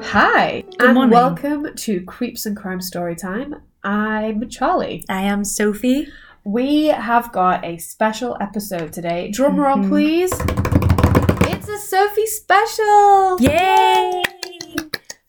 Hi, Good and morning. welcome to Creeps and Crime Storytime. I'm Charlie. I am Sophie. We have got a special episode today. Drum roll, Mhm. please. It's a Sophie special. Yay!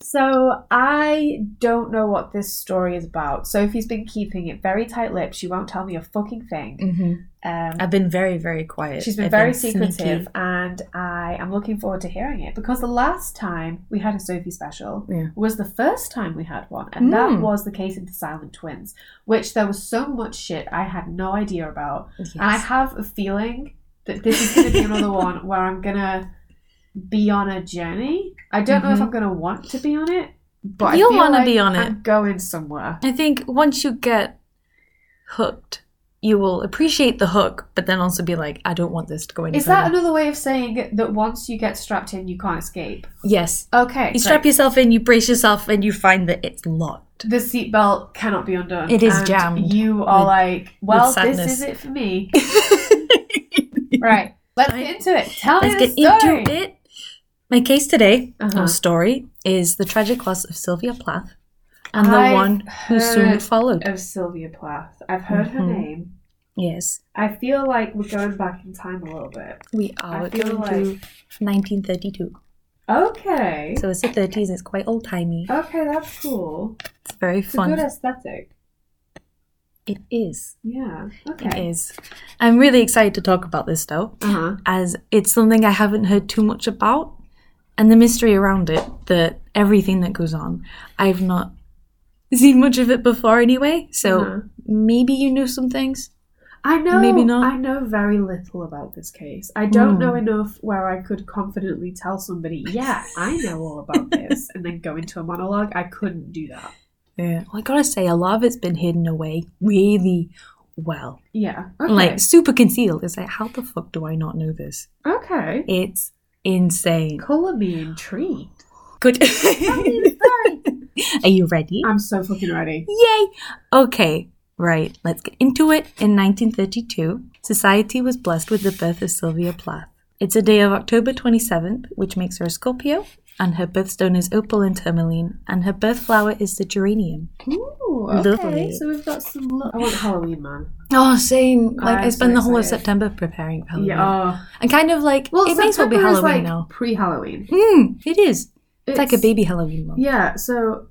So I don't know what this story is about. Sophie's been keeping it very tight-lipped. She won't tell me a fucking thing. Mm-hmm. Um, I've been very, very quiet. She's been I've very secretive, sneaky. and I am looking forward to hearing it because the last time we had a Sophie special Yeah. was the first time we had one, and that Mm. was the case of the Silent Twins, which there was so much shit I had no idea about. Yes. And I have a feeling that this is going to be another one where I'm going to be on a journey. I don't know if Mhm. I'm going to want to be on it, but You'll I feel wanna like be on it. I'm going somewhere. I think once you get hooked, you will appreciate the hook, but then also be like, I don't want this to go any Is that further. another way of saying that once you get strapped in, you can't escape? yes. Okay. You great. strap yourself in, you brace yourself, and you find that it's locked. the seatbelt cannot be undone. It is and jammed You are with- like, well, this sadness. is it for me. right. Let's get into it. Tell Let's me get the story. into it. My case today, Uh-huh. or story, is the tragic loss of Sylvia Plath and I've the one who soon heard followed. Of Sylvia Plath. I've heard her Mhm. name. yes, I feel like we're going back in time a little bit. we are I feel going like- to 1932. Okay. So it's the 30s, it's quite old timey. Okay, that's cool. It's very It's a good fun. aesthetic. It is. Yeah. It Okay. is. I'm really excited to talk about this though, Uh huh. as it's something I haven't heard too much about, and the mystery around it, that everything that goes on, I've not seen much of it before anyway. So Uh-huh. maybe you know some things. I know. Maybe not. I know very little about this case. I don't Hmm. know enough where I could confidently tell somebody, "Yeah, I know all about this," and then go into a monologue. I couldn't do that. Yeah. I gotta say, a lot of it's been hidden away really well. Yeah. Okay. Like super concealed. It's like, how the fuck do I not know this? okay. It's insane. Color me intrigued. Good. Are you ready? I'm so fucking ready. Yay! Okay, right, let's get into it. In 1932, society was blessed with the birth of Sylvia Plath. It's a day of October 27th, which makes her a Scorpio, and her birthstone is opal and tourmaline, and her birth flower is the geranium. Ooh. Okay. Lovely. So we've got some. Lo- I want Halloween, man. Oh, same. Like, I'm i so spent the whole of excited. September preparing for Halloween. Yeah. oh. And kind of like, Well, it might as well be September Halloween is like now. pre-Halloween. Mm, it is. It's, like a baby Halloween month. Yeah. So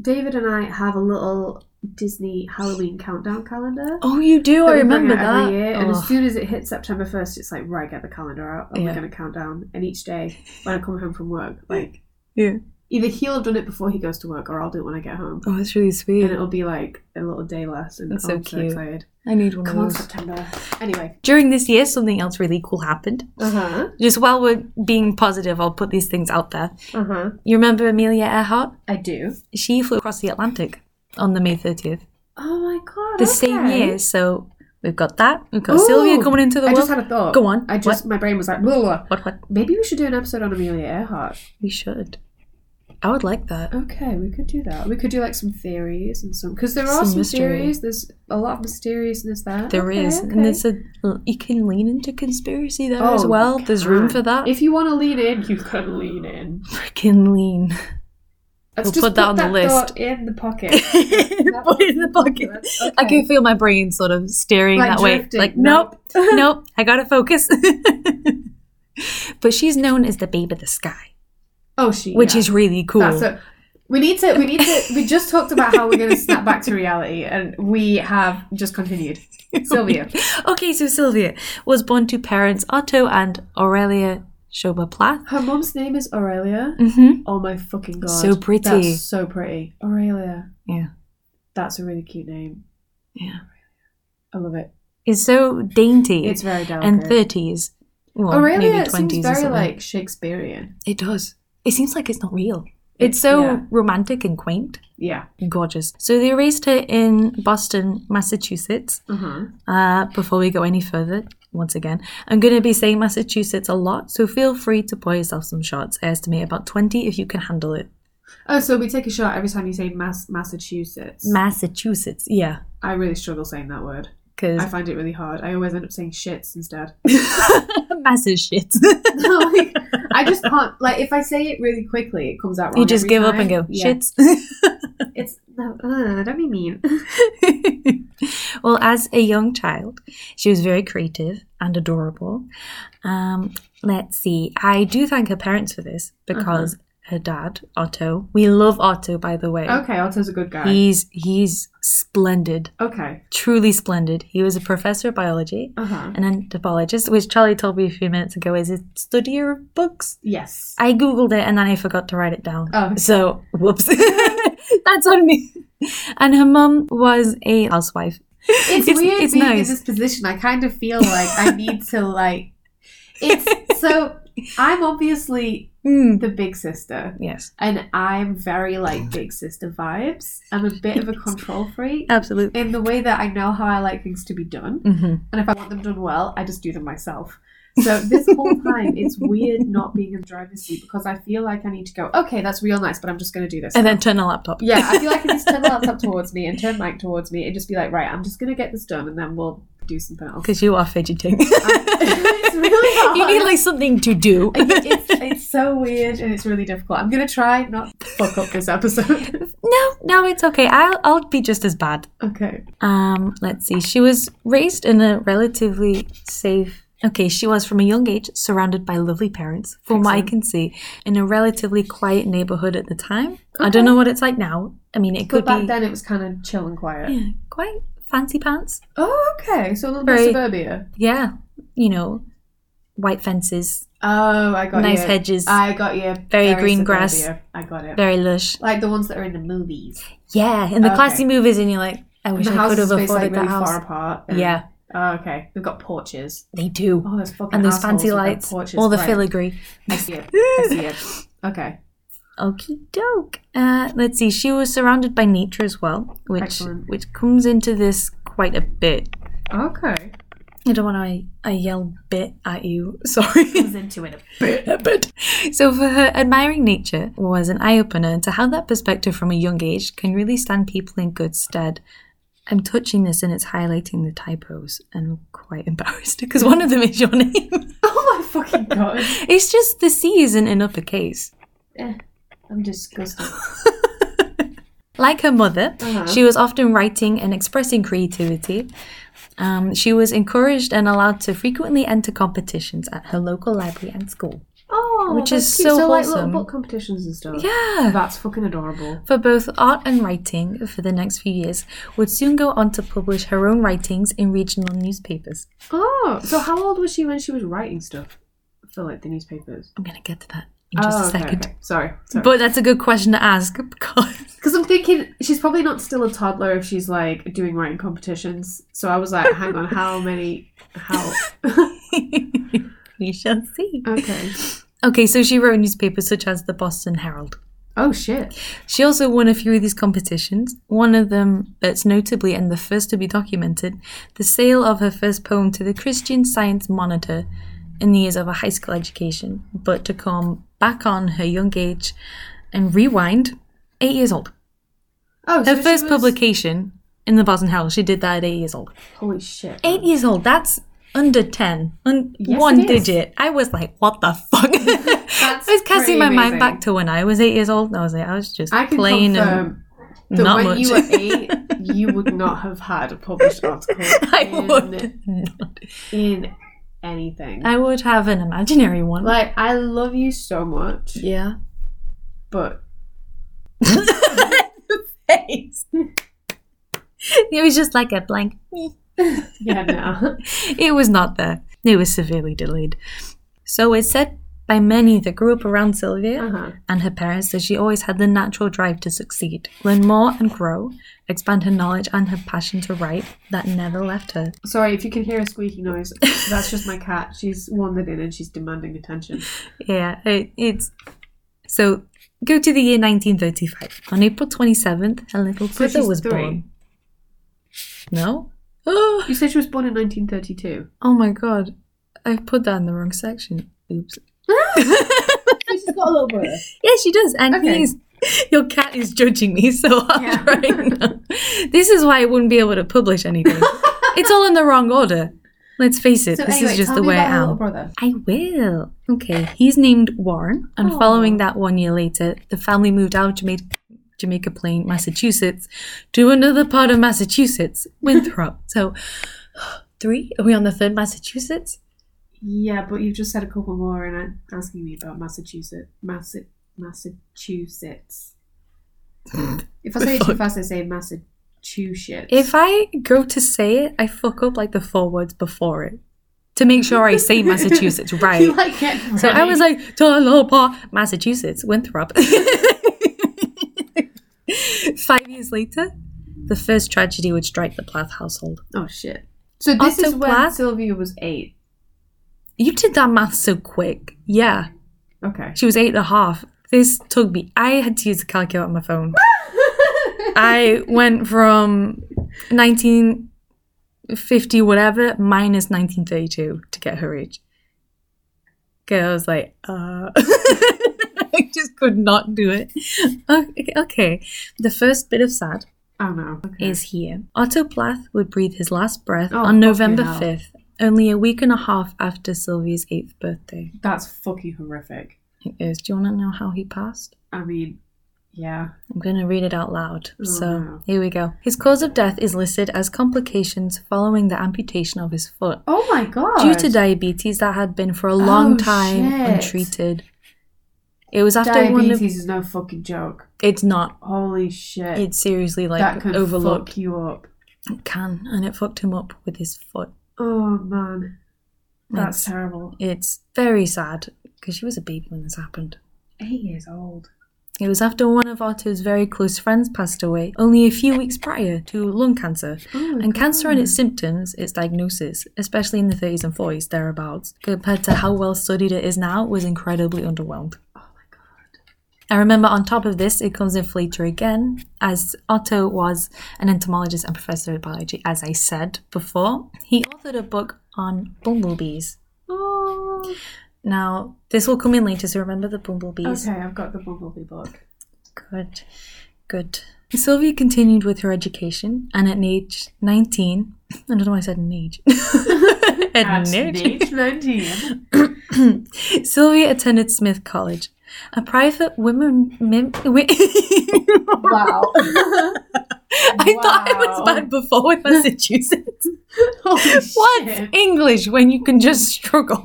David and I have a little Disney Halloween countdown calendar. Oh, you do. that I we bring remember out that. Every year, And Oh. as soon as it hits September 1st, it's like, right, get the calendar out. and we're Yeah. going to count down. And each day, when I come home from work, like, yeah. either he'll have done it before he goes to work or I'll do it when I get home. Oh, that's really sweet. And it'll be like a little day less. And That's I'm so so cute. excited. I need one Come on, of those. September. Anyway. During this year, something else really cool happened. Uh huh. Just while we're being positive, I'll put these things out there. Uh huh. You remember Amelia Earhart? I do. She flew across the Atlantic on the May 30th, Oh my God. the same okay. year. So we've got that. We've got Ooh, Sylvia coming into the I world. just had a thought. Go on. I just, my brain was like, blah, blah, blah. What? What? maybe we should do an episode on Amelia Earhart. We should. I would like that. Okay, we could do that. We could do like some theories and some because there are Some some, mystery. theories. There's a lot of mysteriousness there. There is, and there's a you can lean into conspiracy there Oh, as you well. There's can. room for that. If you want to lean in, you can lean in. Freaking lean. Let's We'll put that on the list. thought in the pocket. Put it in the pocket. That's I okay. can feel my brain sort of steering Like that drifting, way. Like, no. nope, nope, I gotta focus. but she's known as the Babe of the Sky, Oh, she. which yeah. is really cool. That's it. We need to. We need to. We just talked about how we're going to snap back to reality, and we have just continued. Sylvia. okay, so Sylvia was born to parents Otto and Aurelia Schober Plath. Her mom's name is Aurelia. Mm-hmm. Oh my fucking god! So pretty. That's so pretty, Aurelia. Yeah, That's a really cute name. yeah. I love it. It's so dainty It's very delicate. and 30s. Well, Aurelia maybe 20s Oh, seems or very something. like Shakespearean. It does. It seems like it's not real. It's so Yeah. romantic and quaint. Yeah. Gorgeous. So they raised her in Boston, Massachusetts. Uh huh. Uh, before we go any further, once again, I'm going to be saying Massachusetts a lot, so feel free to pour yourself some shots. I estimate about 20 if you can handle it. Oh, so we take a shot every time you say Mass Massachusetts. Massachusetts, yeah. I really struggle saying that word. because I find it really hard. I always end up saying shits instead. massive shit. Like, I just can't. Like if I say it really quickly, it comes out wrong. you just every give up time. and go Yeah. shit. It's no, uh, don't be mean. well, as a young child, she was very creative and adorable. Um, let's see. I do thank her parents for this because her dad, Otto, we love Otto, by the way. Okay, Otto's a good guy. He's he's splendid, okay. truly splendid. He was a professor of biology, Uh huh. an anthropologist, which Charlie told me a few minutes ago is a studier of books. Yes. I googled it and then I forgot to write it down. Oh. So, whoops. That's on me. And her mum was a housewife. it's, It's- weird it's being nice. in this position. I kind of feel like I need to like. It's so I'm obviously Mm. the big sister, Yes, and I'm very Mm. like big sister vibes. I'm a bit of a control freak absolutely. in the way that I know how I like things to be done, hmm and if I want them done well, I just do them myself. So this whole time, it's weird not being in the driver's seat because I feel like I need to go. Okay, that's real nice, but I'm just going to do this. And now." then turn the laptop. Yeah, I feel like I need to turn the laptop towards me and turn Mike towards me and just be like, right, I'm just gonna get this done and then we'll do something else. Because you are fidgeting. it's really hard. you need like something to do. It- it's, it's so weird and it's really difficult. I'm gonna try not to fuck up this episode. no, no, it's okay. I'll, I'll be just as bad. okay. Um, let's see. She was raised in a relatively safe. Okay, she was from a young age surrounded by lovely parents, from what I Excellent. can see, in a relatively quiet neighborhood at the time. I don't know what it's like now. I mean, it But could back be then it was kind of chill and quiet. yeah, quite fancy pants. Oh, okay. So a little bit Very- suburbia. Yeah, you know, white fences, Oh, I got nice you. hedges, I got you. Very green grass. suburbia. I got it. very lush. like the ones that are in the movies. Yeah, in the Okay. classy movies, and you're like, I wish the I could houses have spaced afforded like that really house. far apart. and- Yeah, Oh, okay. They've got porches. they do. Oh, those fucking And those assholes fancy with their lights, porches. all the Right. filigree. I see it. I see it. Okay. Okie doke. Uh, let's see. She was surrounded by nature as well, which Excellent. which comes into this quite a bit. Okay. I don't want to I yell bit at you. Sorry. Comes into it. but so for her, admiring nature was an eye opener to how that perspective from a young age can really stand people in good stead. I'm touching this and it's highlighting the typos, and I'm quite embarrassed because one of them is your name. Oh my fucking god. Eh, it's just the C isn't in uppercase. I'm disgusted. Like her mother, Uh-huh. she was often writing and expressing creativity. Um, she was encouraged and allowed to frequently enter competitions at her local library and school. Oh, Which that's is cute. so like wholesome. little book competitions and stuff. Yeah. That's fucking adorable. For both art and writing, for the next few years, would soon go on to publish her own writings in regional newspapers. Oh, so how old was she when she was writing stuff for like the newspapers? I'm going to get to that in just oh, a okay, second. okay. Sorry. Sorry. But that's a good question to ask because. Because I'm thinking she's probably not still a toddler if she's like doing writing competitions. So I was like, hang on, how many? How? we shall see. Okay. Okay, so she wrote newspapers such as the Boston Herald. Oh shit. She also won a few of these competitions. One of them, that's notably and the first to be documented, the sale of her first poem to the Christian Science Monitor in the years of her high school education. But to come back on her young age and rewind, eight years old. Oh, Her so she first was- publication in the Boston Herald, she did that at eight years old. Holy shit. Eight years old, that's under 10, un- Yes, one it is. digit. I was like, what the fuck? That's I was pretty casting my mind amazing. back to when I was eight years old. and I was like, I was just I can playing um, and confirm that not when much. you were eight, you would not have had a published article I in, would not. in anything. I would have an imaginary one. like, I love you so much, yeah. but Face. it was just like a blank. "Me." yeah, no. It was not there. It was severely delayed. So it's said by many that grew up around Sylvia Uh-huh. and her parents that she always had the natural drive to succeed, learn more and grow, expand her knowledge and her passion to write that never left her. Sorry if you can hear a squeaky noise. That's just my cat. She's wandered in and she's demanding attention. Yeah, it, it's so. Go to the year 1935. On April 27th, her little So brother she's was three. born. No. Oh, You said she was born in 1932. my god, I put that in the wrong section. Oops. She's got a little brother. Yeah, she does, and Okay. he's your cat is judging me so hard Yeah. right now. This is why I wouldn't be able to publish anything. It's all in the wrong order. Let's face it, so this anyway, is just tell the me way about I your am. little brother. I will. Okay, he's named Warren, and Aw. following that one year later, the family moved out of Jamaica, Jamaica Plain, Massachusetts, to another part of Massachusetts, Winthrop. so, three? Are we on the third Massachusetts? Yeah, but you just said a couple more and I'm asking me about Massachusetts. Massa- Massachusetts. if I say it too fast, I say Massachusetts. If I go to say it, I fuck up like the four words before it to make sure I say Massachusetts right. You like it. So I was like, Tonopah, Massachusetts, Winthrop. Five years later, the first tragedy would strike the Plath household. oh shit. So this is Otto when Plath? Sylvia was eight. You did that math so quick. Yeah, Okay. she was eight and a half. This took me. I had to use a calculator on my phone. I went from 1950 whatever minus 1932 to get her age. Okay, I was like, uh, I just could not do it. Okay, okay. the first bit of sad Oh no. Okay. is here. Otto Plath would breathe his last breath Oh, on November fucking 5th, only a week and a half after Sylvia's eighth birthday. That's fucking horrific. It is. Do you want to know how he passed? I mean, yeah. I'm going to read it out loud. Oh, so no. here we go. His cause of death is listed as complications following the amputation of his foot Oh my god. due to diabetes that had been for a long Oh, time shit. untreated. It was after one diabetes of. is no fucking joke. It's not. Holy shit. It's seriously that like could overlooked. fuck you up. It can, and it fucked him up with his foot. Oh man, that's It's- terrible. It's very sad because she was a baby when this happened. Eight years old. It was after one of Otto's very close friends passed away only a few weeks prior to lung cancer. Oh my And cancer and God. its symptoms, its diagnosis, especially in the 30s and 40s thereabouts, compared to how well studied it is now, was incredibly underwhelmed. Oh my god. And remember, on top of this, it comes in later again, as Otto was an entomologist and professor of biology, as I said before. He authored a book on bumblebees. Oh. Now, this will come in later, so remember the bumblebees. Okay, I've got the bumblebee book. Good, good. Sylvia continued with her education, and at age 19, I don't know why I said an age. At at an age. age nineteen. Sylvia attended Smith College, a private women. Mim, wi- Wow. I thought I was Wow. bad before with Massachusetts. Holy What's shit. English when you can just struggle?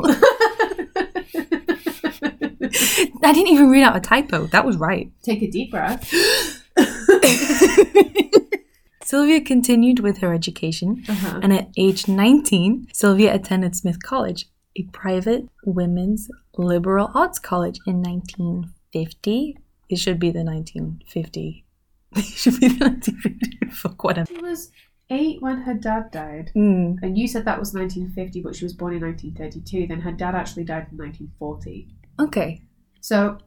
I didn't even read out a typo. That was right. Take a deep breath. Sylvia continued with her education, Uh-huh. and at age 19, Sylvia attended Smith College, a private women's liberal arts college in 1950. It should be the 1950. It should be the 1950. Fuck whatever. She was eight when her dad died. Mm. And you said that was 1950, but she was born in 1932. Then her dad actually died in 1940. Okay. So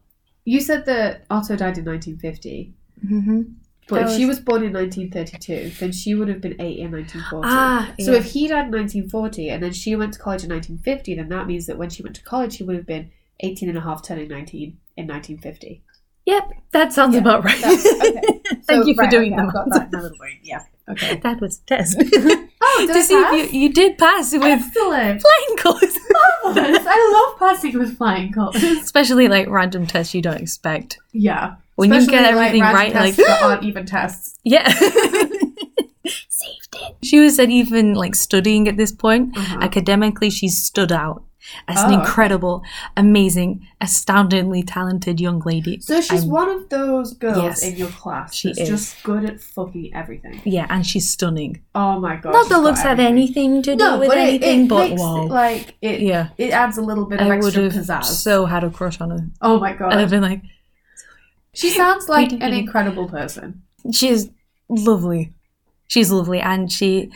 you said that Otto died in 1950. Mm-hmm. But That if she was- was born in 1932, then she would have been eight in 1940. Ah, so yeah. if he died in 1940 and then she went to college in 1950, then that means that when she went to college, she would have been 18 and a half, turning 19 in 1950. Yep, that sounds Yeah, about right. that's- okay. Thank So, you for right, doing okay, I've that. got that. now, haven't I? yeah. Okay. That was a test. Oh, did to I see pass? if you, you did pass with Excellent. flying colors. I love passing with flying colors. Especially like random tests you don't expect. Yeah. When you Especially, get everything random right, like tests that aren't even tests. Yeah. Saved it. She was at even like studying at this point. Uh-huh. Academically, she stood out as an Oh, okay. incredible, amazing, astoundingly talented young lady. So she's I'm- one of those girls Yes. in your class She she's is. just good at fucking everything. Yeah, and she's stunning. Oh my god! Not she's that got looks have everything. anything to do No, with but it, anything, it but makes wow. it, like it. yeah, It adds a little bit of I would extra have pizzazz. so had a crush on her. oh my god! I'd have been like, she sounds like Pretty, an pretty. incredible person. she's lovely. She's lovely, and she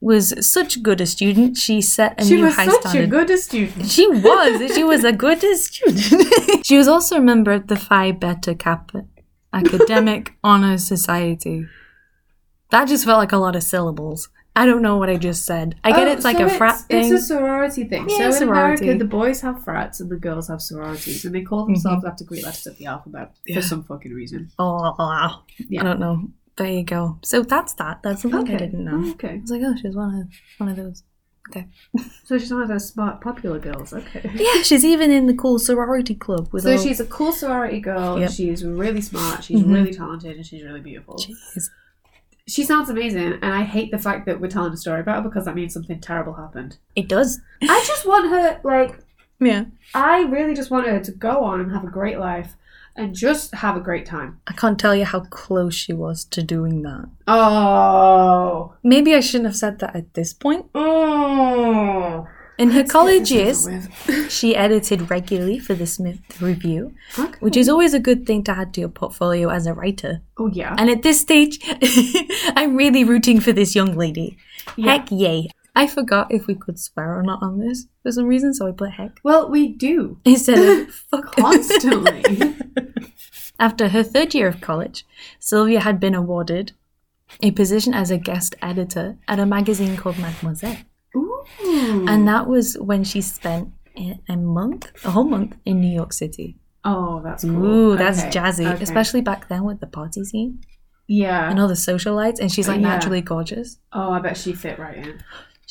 was such good a student. She set a she new was high such standard. a good student. She was. She was a good student. she was also a member of the Phi Beta Kappa Academic Honor Society. That just felt like a lot of syllables. I don't know what I just said. I get Oh, it's like so a frat it's, thing. It's a sorority thing. Yeah, so in sorority. Mm-hmm. America, the boys have frats and the girls have sororities, and they call themselves after Greek letters of the alphabet Yeah. for some fucking reason. Oh, Yeah. I don't know. There you go. So that's that. That's something I didn't know. Oh, okay. I was like, oh, she was one of one of those. Okay. So she's one of those smart, popular girls. Okay. Yeah, she's even in the cool sorority club with So all. she's a cool sorority girl. Yep. She's really smart. She's Mhm. really talented, and she's really beautiful. She, Jeez. sounds amazing, and I hate the fact that we're telling a story about her because that means something terrible happened. It does. I just want her like Yeah. I really just want her to go on and have a great life and just have a great time. I can't tell you how close she was to doing that. Oh, Maybe I shouldn't have said that at this point. oh. In her college Yes. years, she edited regularly for the Smith Review, Okay. which is always a good thing to add to your portfolio as a writer. oh yeah. And at this stage, I'm really rooting for this young lady. yeah. Heck yay. I forgot if we could swear or not on this for some reason, so I put heck Well, we do instead of fuck. constantly. After her third year of college, Sylvia had been awarded a position as a guest editor at a magazine called Mademoiselle. Ooh. And that was when she spent a a month, a whole month in New York City. oh, that's cool. Ooh, that's Okay, jazzy, okay. especially back then with the party scene and yeah. all the socialites. And she's like Yeah. naturally gorgeous. Oh, I bet she fit right in.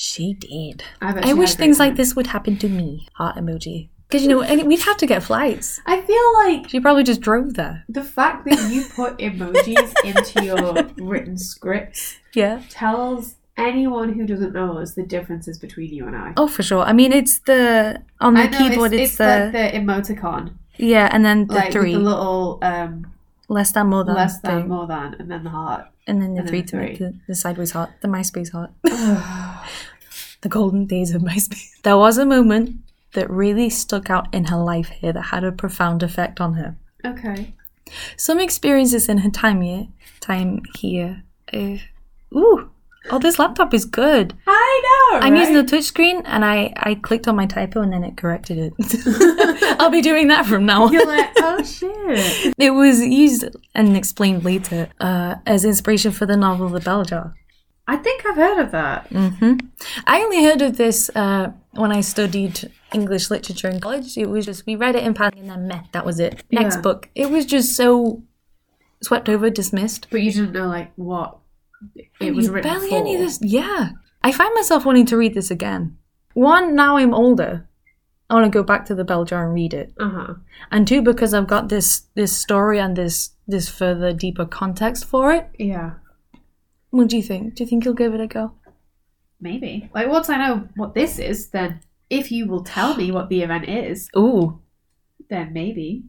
She did. I bet. I she wish had a great things like time. this would happen to me. Heart emoji. Because you know, and we'd have to get flights. I feel like She probably just drove there. the fact that you put emojis into your written scripts Yeah. tells anyone who doesn't know us the differences between you and I. Oh, for sure. I mean, it's the on the I know, keyboard. It's, the, like the emoticon, yeah, and then the like with three the little um, less than more than less than, thing. more than, and then the heart. and then the and then three the to make three. the, the sideways heart, the MySpace heart, oh the golden days of MySpace. There was a moment that really stuck out in her life here that had a profound effect on her. okay. Some experiences in her time here, time here. Uh, ooh, oh, this laptop is good. I know. I'm using the right? touch screen and I, I clicked on my typo and then it corrected it. I'll be doing that from now on. You're like, oh shit. It was used and explained later uh, as inspiration for the novel The Bell Jar. I think I've heard of that. hmm I only heard of this uh, when I studied English literature in college. It was just, we read it in passing and then meh, that was it. Next Yeah. book. It was just so swept over, dismissed. But you didn't know like what it And was you written barely for. any of this. Yeah, I find myself wanting to read this again. One, now I'm older, I want to go back to the bell jar and read it, Uh huh. and two, because I've got this this story and this this further deeper context for it. Yeah. What do you think? Do you think you'll give it a go? Maybe. Like once I know what this is, then if you will tell me what the event is, Ooh, then maybe.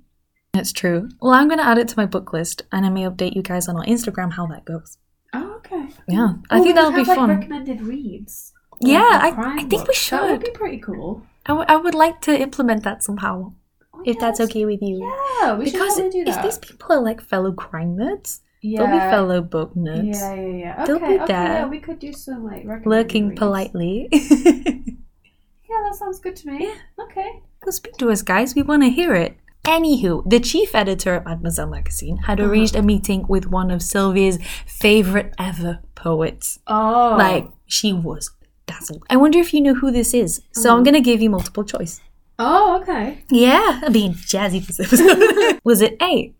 that's true. Well, I'm going to add it to my book list, and I may update you guys on our Instagram how that goes. Oh, okay. Yeah, I Well, we think that'll could be have, like, fun. recommended reads. Yeah, Like, I- crime I think we books. That would should. be pretty cool. I, w- I would like to implement that somehow, Oh, if yeah, that's okay with you. Yeah, we should because probably do if that. these people are like fellow crime nerds, yeah. they'll be fellow book nerds. Yeah, yeah, yeah. Okay, They'll be okay, there. yeah, we could do some like recommended lurking reads. politely. Yeah, that sounds good to me. Okay. Go speak to us, guys. We want to hear it. Anywho, the chief editor at Mademoiselle magazine had Uh-huh. arranged a meeting with one of Sylvia's favorite ever poets. Oh, Like, she was dazzled. I wonder if you know who this is. So I'm Uh-huh. going to give you multiple choice. oh, okay. Yeah, I'm being jazzy for this episode. was it A,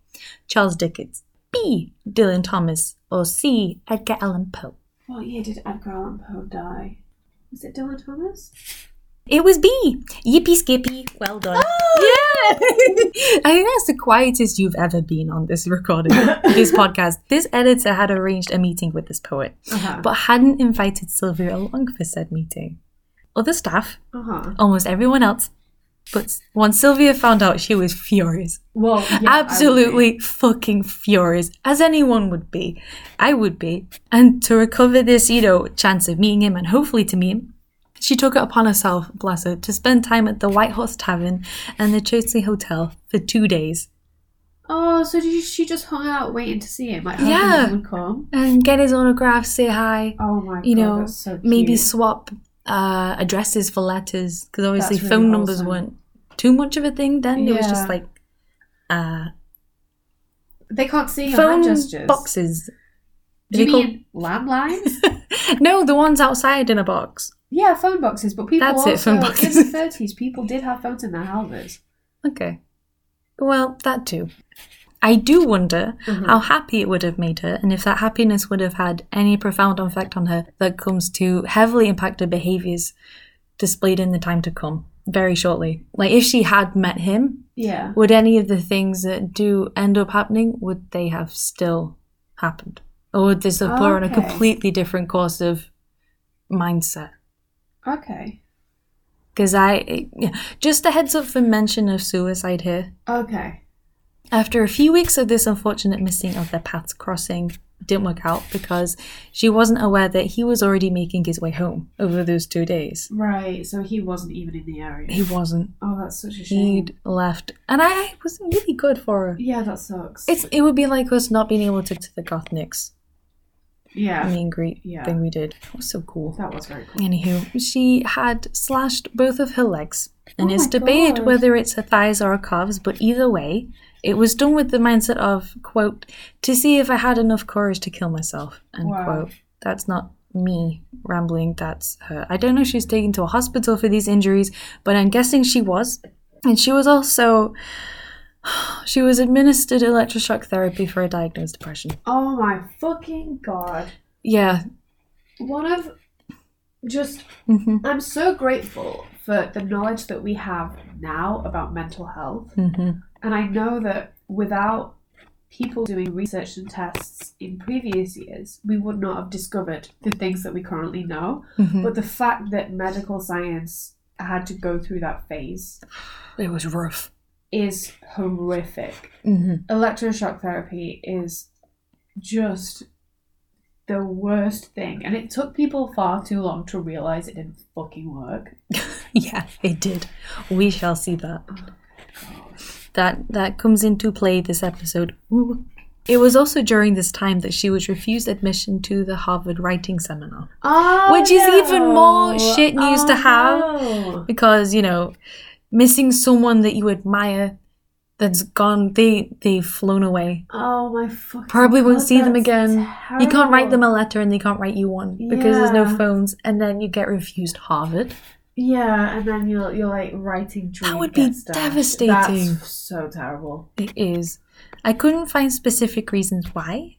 Charles Dickens, B, Dylan Thomas, or C, Edgar Allan Poe? What year did Edgar Allan Poe die? Was it Dylan Thomas? It was B. Yippee skippy. Well done. yeah. I think that's the quietest you've ever been on this recording, this podcast. This editor had arranged a meeting with this poet, Uh-huh. but hadn't invited Sylvia along for said meeting. Other staff, uh-huh. almost everyone else, but once Sylvia found out, she was furious. Well, yeah, I would be. Absolutely fucking furious, as anyone would be. I would be. And to recover this, you know, chance of meeting him and hopefully to meet him, she took it upon herself, bless her, to spend time at the White Horse Tavern and the Chelsea Hotel for two days Oh, so did you- she just hung out waiting to see him? Like, hoping Yeah. he would come. and get his autograph, say hi, Oh my you god, know, that's so maybe cute. swap uh, addresses for letters because obviously That's really phone numbers wholesome. weren't too much of a thing then. It was just Yeah. like uh, they can't see your hand phone gestures. boxes. Do you They call- mean landlines? no, the ones outside in a box. Yeah, phone boxes, but people That's also, it, phone boxes. in the thirties people did have phones in their houses. Okay. Well, that too. I do wonder Mhm. how happy it would have made her and if that happiness would have had any profound effect on her that comes to heavily impact her behaviors displayed in the time to come, very shortly. Like, if she had met him, Yeah. would any of the things that do end up happening, would they have still happened? Or would this have put her on a Okay. completely different course of mindset? Okay. Because I, it- yeah. just a heads up for mention of suicide here. Okay. After a few weeks of this unfortunate missing of their paths crossing, it didn't work out because she wasn't aware that he was already making his way home over those two days. Right. So he wasn't even in the area. He wasn't. Oh, that's such a shame. He'd left, and I, I was really good for her. Yeah, that sucks. It's it would be like us not being able to to the Gothniks. I yeah. mean, great Yeah. thing we did. It was so cool. That was very cool. Anywho, she had slashed both of her legs, and Oh it's my debated God. whether it's her thighs or her calves, but either way, it was done with the mindset of, quote, to see if I had enough courage to kill myself, end Wow. quote. That's not me rambling, that's her. I don't know if she was taken to a hospital for these injuries, but I'm guessing she was. And she was also. She was administered electroshock therapy for a diagnosed depression. Oh my fucking god. Yeah. One of just hmm I'm so grateful for the knowledge that we have now about mental health. hmm And I know that without people doing research and tests in previous years, we would not have discovered the things that we currently know. hmm But the fact that medical science had to go through that phase It was rough. is horrific. hmm Electroshock therapy is just the worst thing. And it took people far too long to realize it didn't fucking work. Yeah, it did. We shall see that. Oh, That that comes into play this episode. Ooh. It was also during this time that she was refused admission to the Harvard Writing Seminar. Oh, Which is even more shit news to have. no. Because, you know, missing someone that you admire that's gone they they've flown away. Oh my fucking Probably won't God, see them Oh, that's again. You can't write them terrible. a letter and they can't write you one because there's no Yeah. phones and then you get refused Harvard. Yeah, and then you're you're like writing dream. would be gets done. devastating. That's so terrible. It is. I couldn't find specific reasons why,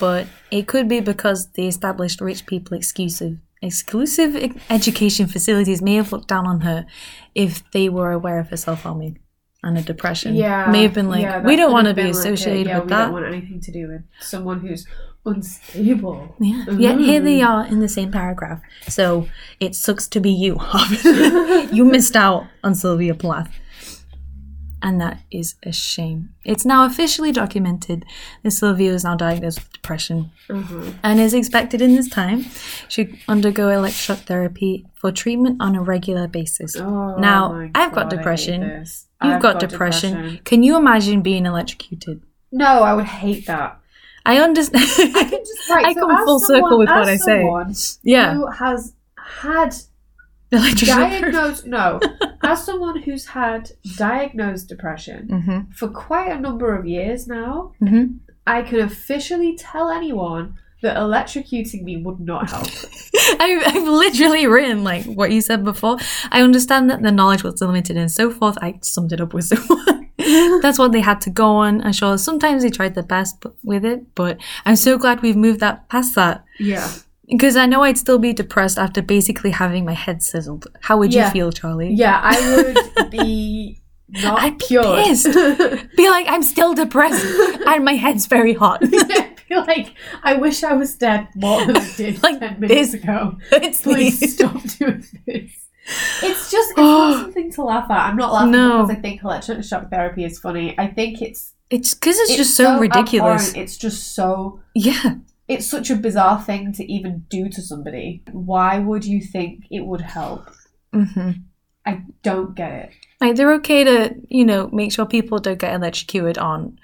but it could be because the established rich people exclusive exclusive e- education facilities may have looked down on her if they were aware of her self harming and a depression. Yeah, may have been like yeah, that we don't could want to have be been like a, associated yeah, with we that. don't want anything to do with someone who's unstable. Mm-hmm. yeah. Yet here they are in the same paragraph. So it sucks to be you, Harvard. you missed out on Sylvia Plath. And that is a shame. It's now officially documented that Sylvia is now diagnosed with depression Mhm. and is expected in this time should undergo electroshock therapy for treatment on a regular basis. Oh, Now, my I've got God, I hate depression. this. You've I've got, depression. Can you imagine being electrocuted? No, I would hate that. I understand. Right, I so come as full circle someone- with as what I say. someone Yeah, Who has had electroshock. diagnosed? No, as someone who's had diagnosed depression Mm-hmm. for quite a number of years now, hmm I can officially tell anyone that electrocuting me would not help. I, I've literally written like what you said before. I understand that the knowledge was limited and so forth. I summed it up with someone. That's what they had to go on. I'm sure sometimes they tried their best b- with it, but I'm so glad we've moved that past that yeah. because I know I'd still be depressed after basically having my head sizzled. How would Yeah. you feel, Charlie? Yeah, I would be not I'd be cured. pissed. Be like, I'm still depressed and my head's very hot. I'd be like, I wish I was dead more than I did Like ten minutes this. ago. it's Please stop doing this. It's just it's not something to laugh at. I'm not laughing Oh. No. because I think electroshock therapy is funny. I think it's It's because it's, just so, ridiculous. abhorrent. It's just so Yeah. it's such a bizarre thing to even do to somebody. Why would you think it would help? hmm I don't get it. Like they're okay to, you know, make sure people don't get electrocuted on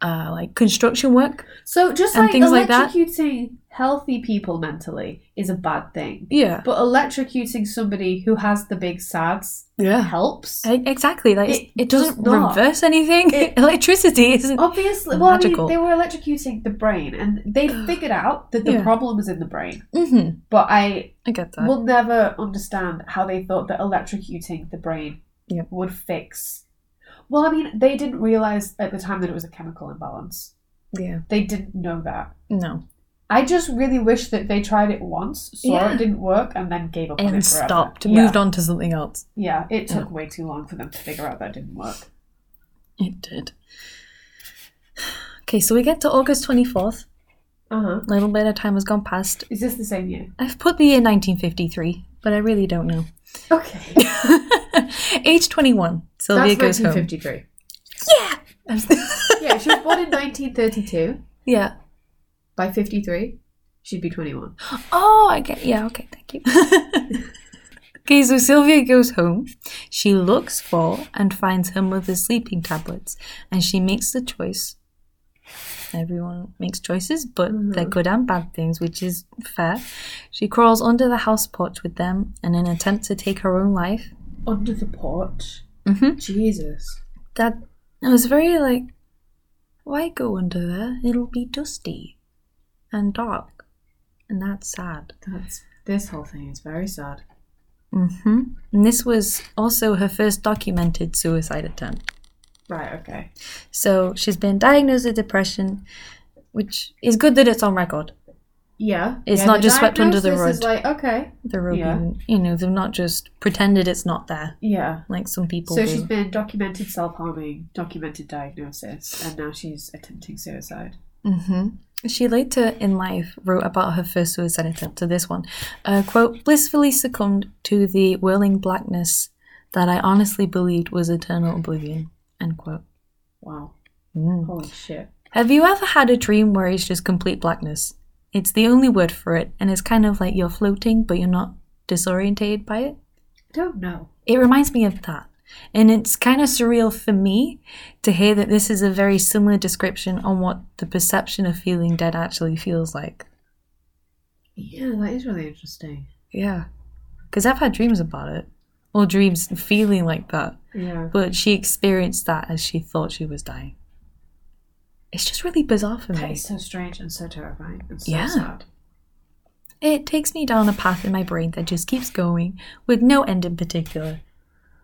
uh, like construction work. So just And like things like that? electrocuting healthy people mentally is a bad thing. Yeah. But electrocuting somebody who has the big sads Yeah. helps. E, Exactly. Like it's- It it, doesn't does not. reverse anything. It- Oh. Electricity isn't Obviously, well, I mean, Magical. they were electrocuting the brain, and they figured out that the Yeah. problem was in the brain. hmm But I I get that. will never understand how they thought that electrocuting the brain Yeah. would fix. Well, I mean, they didn't realize at the time that it was a chemical imbalance. Yeah. They didn't know that. No. I just really wish that they tried it once, saw Yeah. it didn't work, and then gave up on And it forever. stopped, Yeah. moved on to something else. Yeah, it took way too long for them to figure out that didn't work. It did. Okay, so we get to August 24th. Uh huh. A little bit of time has gone past. Is this the same year? I've put the year 1953, but I really don't know. Okay. Age 21, Sylvia goes home. yeah, she was born in 1932. yeah. By 53, she'd be 21. Oh, I get. Yeah, okay, thank you. okay, so Sylvia goes home. She looks for and finds her mother's sleeping tablets, and she makes the choice. Everyone makes choices, but they're good and bad things, which is fair. She crawls under the house porch with them in an attempt to take her own life. Under the porch. Mhm. Jesus. That I was very like, why go under there? It'll be dusty and dark, and that's sad. That's this whole thing is very sad. hmm And this was also her first documented suicide attempt. Right, okay. So she's been diagnosed with depression, which is good that it's on record. Yeah. It's yeah, not the just swept under the diagnosis is rug. like, okay. The road, Yeah. being- you know, they've not just pretended it's not there, Yeah. like some people So do. she's been documented self harming, documented diagnosis, and now she's attempting suicide. hmm She later in life wrote about her first suicide attempt to this one. Uh, quote, blissfully succumbed to the whirling blackness that I honestly believed was eternal oblivion, end quote. Wow. Mm. Holy shit. Have you ever had a dream where it's just complete blackness? It's the only word for it, and it's kind of like you're floating, but you're not disorientated by it. I don't know. It reminds me of that. And it's kind of surreal for me to hear that this is a very similar description on what the perception of feeling dead actually feels like. Yeah, that is really interesting. Yeah. Because I've had dreams about it, or dreams feeling like that. Yeah. But she experienced that as she thought she was dying. It's just really bizarre for That me. is so strange and so terrifying and so Yeah. sad. It takes me down a path in my brain that just keeps going with no end in particular,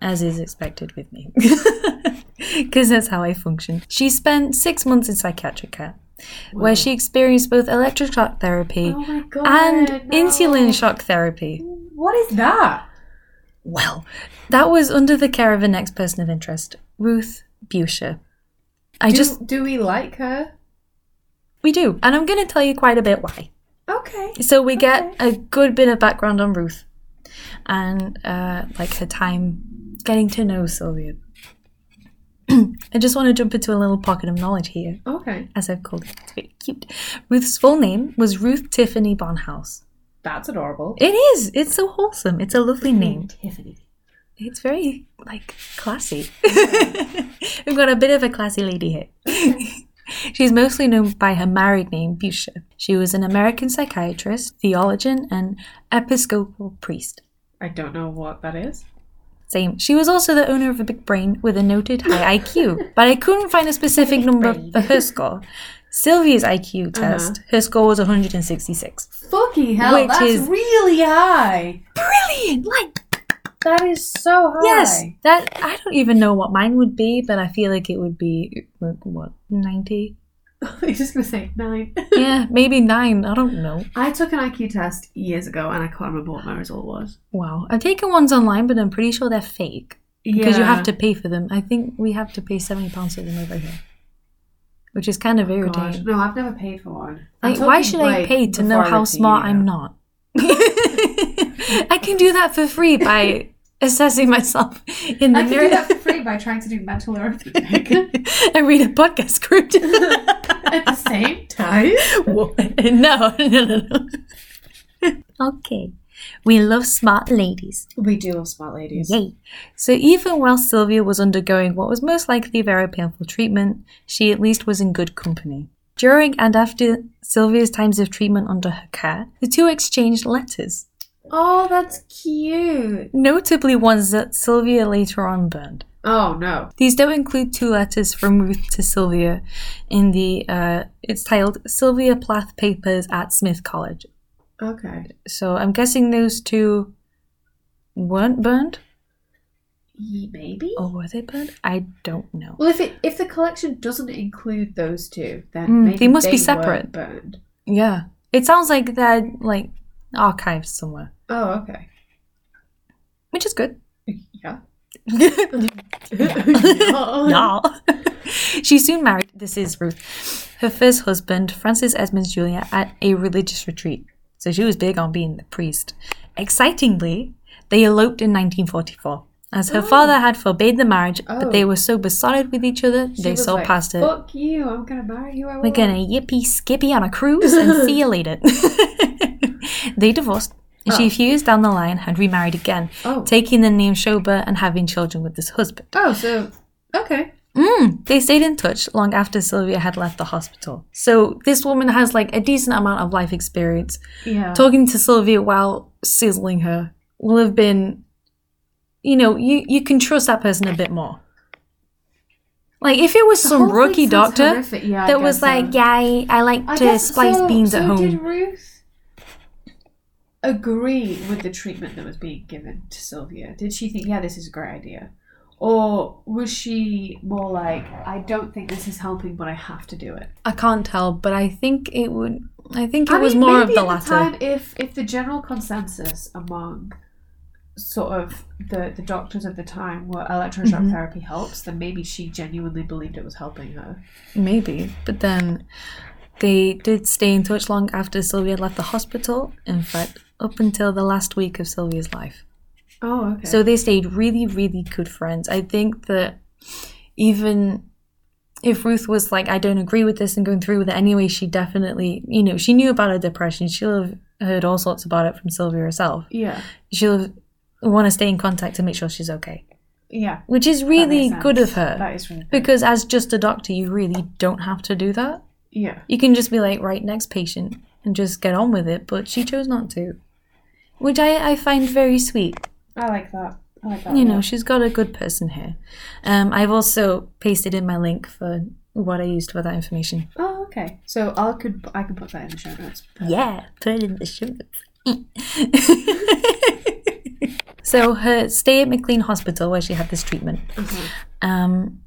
as is expected with me. Because that's how I function. She spent six months in psychiatric care, where she experienced both electroshock therapy Oh my god. and no. insulin shock therapy. What is that? Well, that was under the care of the next person of interest, Ruth Bucher. I do, just, do we like her? we do, and I'm going to tell you quite a bit why. Okay. So we get a good bit of background on Ruth and uh, like her time getting to know Sylvia. I just want to jump into a little pocket of knowledge here, Okay. as I've called it. It's very cute. Ruth's full name was Ruth Tiffany Bonhouse. That's adorable. It is. It's so wholesome. It's a lovely name. Tiffany. It's very like classy. We've got a bit of a classy lady here. She's mostly known by her married name, Bucher. She was an American psychiatrist, theologian, and episcopal priest. I don't know what that is. Same. She was also the owner of a big brain with a noted high IQ, but I couldn't find a specific number brain. for her score. Sylvia's IQ test, her score was 166. Fucking hell, Which that's is- really high. Brilliant! Like, That is so high. yes! That, I don't even know what mine would be, but I feel like it would be, like, what, 90? I'm just gonna say nine. yeah, maybe nine. I don't know. I took an IQ test years ago and I can't remember what my result was. Wow. I've taken ones online, but I'm pretty sure they're fake because you have to pay for them. I think we have to pay seventy pounds for them over here, which is kind of God. irritating. No, I've never paid for one. Like, Until why you, should I like, pay to before know I how went to smart uni. I'm not? I can do that for free by assessing myself in the I can mirror do that for free by trying to do mental arithmetic and read a podcast script. at the same time. Wha- no, no, no, no. okay. We love smart ladies. We do love smart ladies. Yay. So even while Sylvia was undergoing what was most likely very painful treatment, she at least was in good company. During and after Sylvia's times of treatment under her care, the two exchanged letters, Oh, that's cute. notably ones that Sylvia later on burned. Oh no. These don't include two letters from Ruth to Sylvia in the, uh, it's titled Sylvia Plath Papers at Smith College. Okay. So I'm guessing those two weren't burned? Ye- Maybe. Or were they blood? I don't know. Well, if it if the collection doesn't include those two, then Mm, maybe they must be weren't separate. Burned. Yeah. It sounds like they're like archived somewhere, Oh, okay. which is good. Yeah. Y'all. she soon married, this is Ruth, her first husband, Francis Edmonds Jr., at a religious retreat. So she was big on being the priest. Excitingly, they eloped in 1944, as her Oh. father had forbade the marriage, but they Oh. were so besotted with each other, She they was saw like, past it. Fuck you! I'm gonna marry who I We're want. gonna yippee skippy on a cruise and see you later. they divorced. and She, a few years down the line, had remarried again, Oh. taking the name Shoba and having children with this husband. oh, so okay. Mm, they stayed in touch long after Sylvia had left the hospital. So this woman has like a decent amount of life experience. Yeah. Talking to Sylvia while sizzling her will have been, you know, you you can trust that person a bit more. Like if it was The some whole thing rookie sounds doctor horrific. Yeah, I that guess was so. like, yeah, I, I like I to guess- splice so- beans at so home. Did Ruth agree with the treatment that was being given to Sylvia? Did she think, yeah, this is a great idea? Or was she more like, I don't think this is helping, but I have to do it? I can't tell, but I think it would. I think it I was mean, more of maybe the at latter. time, if if the general consensus among sort of the, the doctors at the time were electroshock Mhm. therapy helps, then maybe she genuinely believed it was helping her. Maybe, but then they did stay in touch long after Sylvia had left the hospital. In fact, up until the last week of Sylvia's life. Oh, okay. So they stayed really, really good friends. I think that even if Ruth was like, I don't agree with this and going through with it anyway, she definitely, you know, she knew about her depression. She'll have heard all sorts about it from Sylvia herself. yeah, She'll want to stay in contact to make sure she's okay, yeah, which is that really makes good sense. of her. That is really good. Because as just a doctor, you really don't have to do that. yeah. You can just be like, right, next patient, and just get on with it. But she chose not to, which I, I find very sweet. I like that. I like that. You a know, lot. she's got a good person here. Um, I've also pasted in my link for what I used for that information. Oh, okay. So I could I can put that in the show notes. Yeah, put it in the show notes. so her stay at McLean Hospital, where she had this treatment, Mhm. um,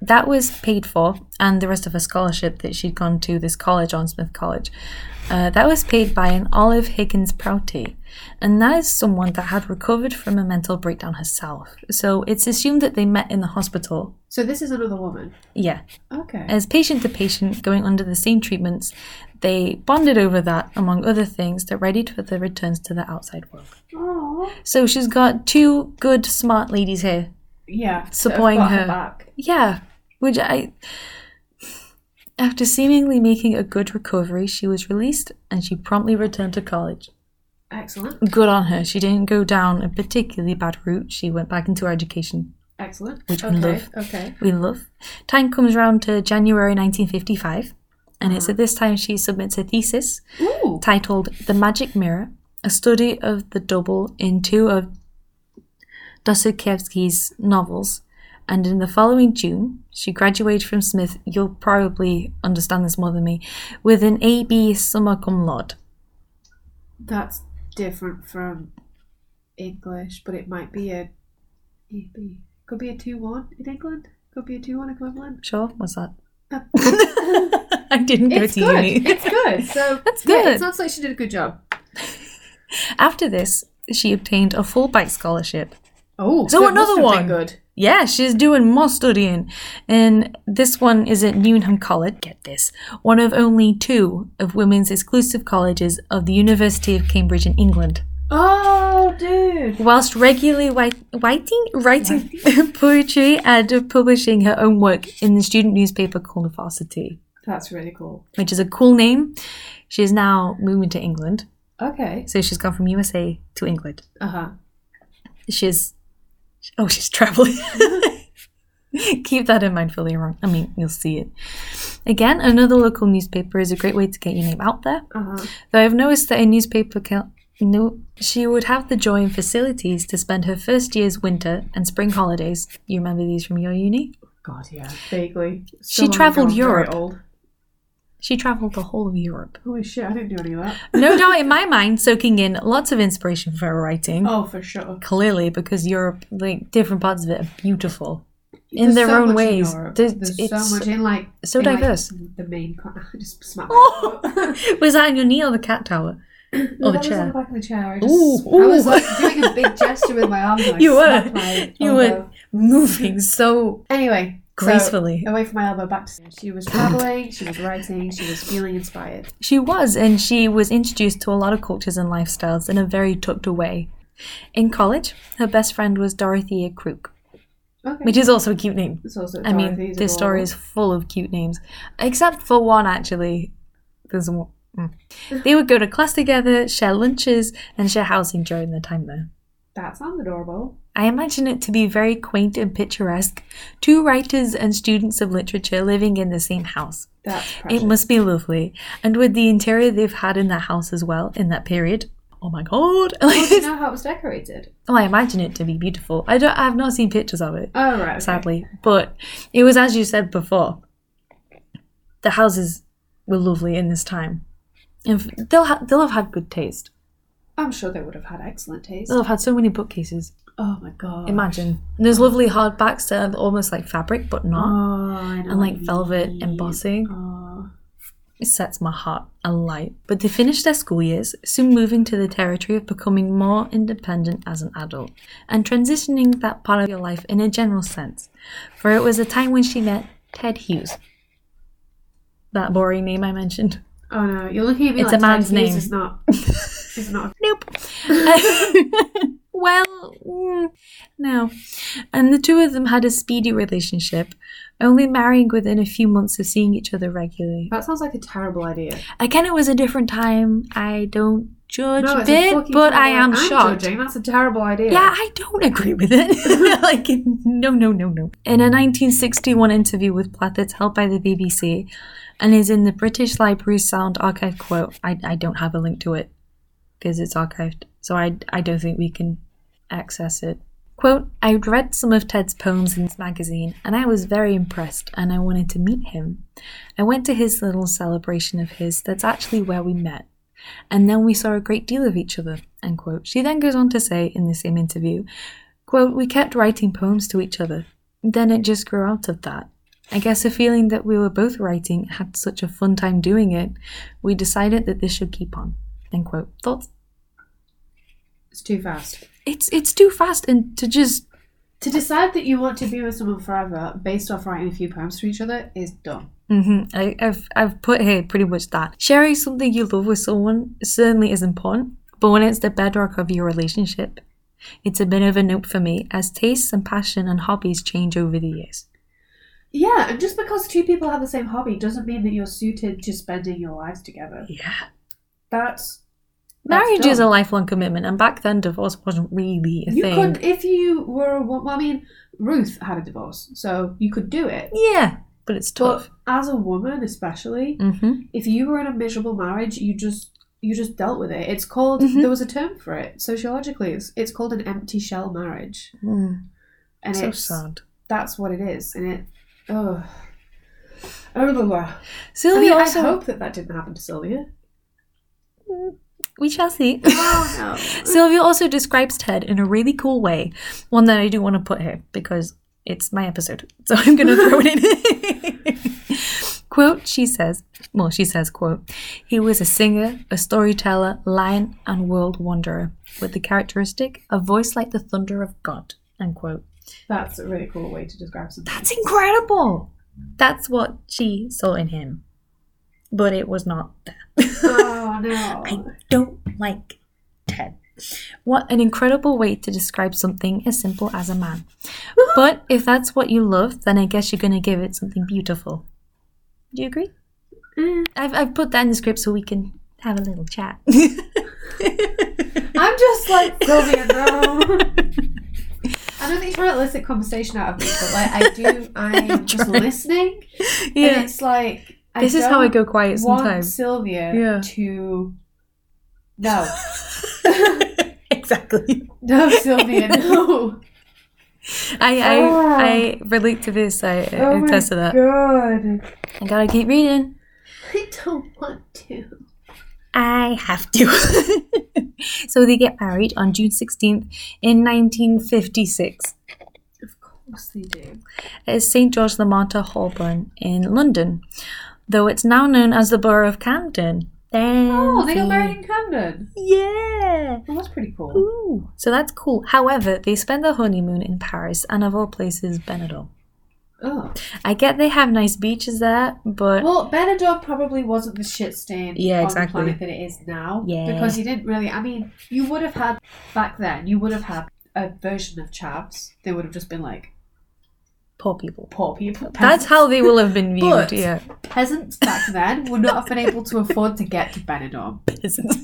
that was paid for, and the rest of her scholarship that she'd gone to this college, on Smith College, uh, that was paid by an Olive Higgins Prouty, and that is someone that had recovered from a mental breakdown herself. So it's assumed that they met in the hospital. So this is another woman. Yeah, Okay. as patient to patient going under the same treatments, they bonded over that, among other things, that readied for their returns to the outside world. Oh. So she's got two good, smart ladies here. Yeah. that have Supporting got her. back. Yeah, which I. After seemingly making a good recovery, she was released and she promptly returned to college. Excellent. Good on her. She didn't go down a particularly bad route. She went back into her education. Excellent. Which we okay. love. Okay. We love. Time comes round to January 1955, and Uh-huh. it's at this time she submits her thesis Ooh. titled The Magic Mirror A Study of the Double in two of Dostoevsky's novels. And in the following June, she graduated from Smith. You'll probably understand this more than me, with an AB summa cum laude. That's different from English, but it might be a AB. Could be a two one in England. Could be a two one equivalent. Sure, what's that? Uh, I didn't go Oh. it's to good. uni. It's good. So That's Yeah, good. it sounds like she did a good job. After this, she obtained a Fulbright scholarship Oh, So it must another have been one. Good. Yeah, she's doing more studying. And this one is at Newnham College, get this, one of only two of women's exclusive colleges of the University of Cambridge in England. Oh, dude. Whilst regularly wi- writing, writing poetry and publishing her own work in the student newspaper called Varsity, That's really cool. which is a cool name. She is now moving to England. Okay. So she's gone from USA to England. Uh huh. She's oh, she's traveling. Keep that in mind for later on. I mean, you'll see it. Again, another local newspaper is a great way to get your name out there. Uh huh. Though I've noticed that a newspaper can no, she would have the joy and facilities to spend her first year's winter and spring holidays. You remember these from your uni? God, yeah, vaguely. She travelled I'm very Europe. old. She traveled the whole of Europe. Holy shit, I didn't do any of that. No doubt in my mind, soaking in lots of inspiration for her writing. Oh, for sure. Clearly, because Europe, like different parts of it, are beautiful. There's In their so own much in ways. Europe. There's- There's it's- so much in like so in, like, diverse. the main con- I just smacked. Oh! my foot. Was that on your knee or the cat tower? No, Or that was on the Oh, chair? the back of the chair. I, just, Ooh, I was ooh. like doing a big gesture with my arms. And I You were. smacked my You elbow. were moving so Anyway, so gracefully. away from my elbow, back to she was traveling. She was writing. She was feeling inspired. She was, and she was introduced to a lot of cultures and lifestyles in a very tucked away. In college, her best friend was Dorothea Crook, Okay. which is also a cute name. It's also I mean, Dorothy's this story is adorable. full of cute names, except for one actually. There's one. mm. They would go to class together, share lunches, and share housing during their time there. that sounds adorable. I imagine it to be very quaint and picturesque. Two writers and students of literature living in the same house. That's precious. It must be lovely. And with the interior they've had in that house as well in that period. Oh my god. Well, do you know how it was decorated? oh, I imagine it to be beautiful. I don't I've not seen pictures of it, Oh right. okay. sadly. But it was as you said before. The houses were lovely in this time. And f- they'll ha- they'll have had good taste. I'm sure they would have had excellent taste. They'll have had so many bookcases. Oh my god. Imagine. And there's lovely hardbacks that are almost like fabric but Oh, not. I know and what like you velvet mean. embossing. Oh. It sets my heart alight. But they finished their school years, soon moving to the territory of becoming more independent as an adult and transitioning that part of your life in a general sense. For it was a time when she met Ted Hughes. That boring name I mentioned. Oh no, you're looking at me It's like a man's Ted Hughes name. Is not. It's not. Nope. well, mm, no. And the two of them had a speedy relationship, only marrying within a few months of seeing each other regularly. That sounds like a terrible idea. Again, it was a different time. I don't judge No, it, it's a fucking but I terrible- am I'm shocked. Judging. That's a terrible idea. Yeah, I don't agree with it. like, no, no, no, no. In a 1961 interview with Plath that's held by the BBC and is in the British Library Sound Archive quote, I, I don't have a link to it because it's archived, so I, I don't think we can access it. Quote, I'd read some of Ted's poems in this magazine and I was very impressed and I wanted to meet him. I went to his little celebration of his that's actually where we met and then we saw a great deal of each other end quote she then goes on to say in the same interview quote we kept writing poems to each other then it just grew out of that i guess a feeling that we were both writing had such a fun time doing it we decided that this should keep on end quote thoughts It's too fast. it's it's too fast and to just To decide that you want to be with someone forever based off writing a few poems to each other is dumb. hmm I, I've I've put here pretty much that sharing something you love with someone certainly is important, but when it's the bedrock of your relationship, it's a bit of a note for me as tastes and passion and hobbies change over the years. Yeah, and just because two people have the same hobby doesn't mean that you're suited to spending your lives together. Yeah, That's That's marriage is a dumb. lifelong commitment, and back then divorce wasn't really a you thing. could if you were a wo- well, I mean, Ruth had a divorce, so you could do it. Yeah, but it's tough. But as a woman, especially, hmm if you were in a miserable marriage, you just you just dealt with it. It's called Mhm. there was a term for it sociologically. It's, it's called an empty shell marriage, and So it's sad. that's what it is. And it oh. Oh, blah, blah. I, Sylvia mean, I also. hope that that didn't happen to Sylvia. We shall see. Oh, no. Sylvia also describes Ted in a really cool way, one that I do want to put here because it's my episode, so I'm going to throw it in. quote, she says, well, she says, quote, he was a singer, a storyteller, lion, and world wanderer with the characteristic, a voice like the thunder of God, end quote. That's a really cool way to describe something. That's incredible! That's what she saw in him, but it was not there. oh, no. I don't like Ted. What an incredible way to describe something as simple as a man. But if that's what you love, then I guess you're going to give it something beautiful. Do you agree? Mm. I've, I've put that in the script so we can have a little chat. I'm just like Sylvia, no. I don't think it's a illicit conversation out of me, but like I do, I'm just trying. listening, and yeah. it's like I This is how I don't go quiet want sometimes. Sylvia Yeah. to no, exactly. no, Sylvia, no. I, Ah. I, I relate to this. I I attest to that. Oh god! I gotta keep reading. It don't want to. I have to. so they get married on June 16th in 1956 Of course they do. at St. George the Martyr Holborn in London, though it's now known as the Borough of Camden. Oh, they got Fancy. married in Camden. Yeah. Well, that's pretty cool. Ooh. So that's cool. However, they spend their honeymoon in Paris and of all places, Benidorm. Oh. I get they have nice beaches there, but Well, Benidorm probably wasn't the shit stain Yeah, on exactly. the planet that it is now. Yeah. Because you didn't really. I mean, you would have had back then. You would have had a version of Chabs. They would have just been like poor people. poor people. That's how they will have been viewed. But- yeah. peasants back then would not have been able to afford to get to Benidorm. Peasants.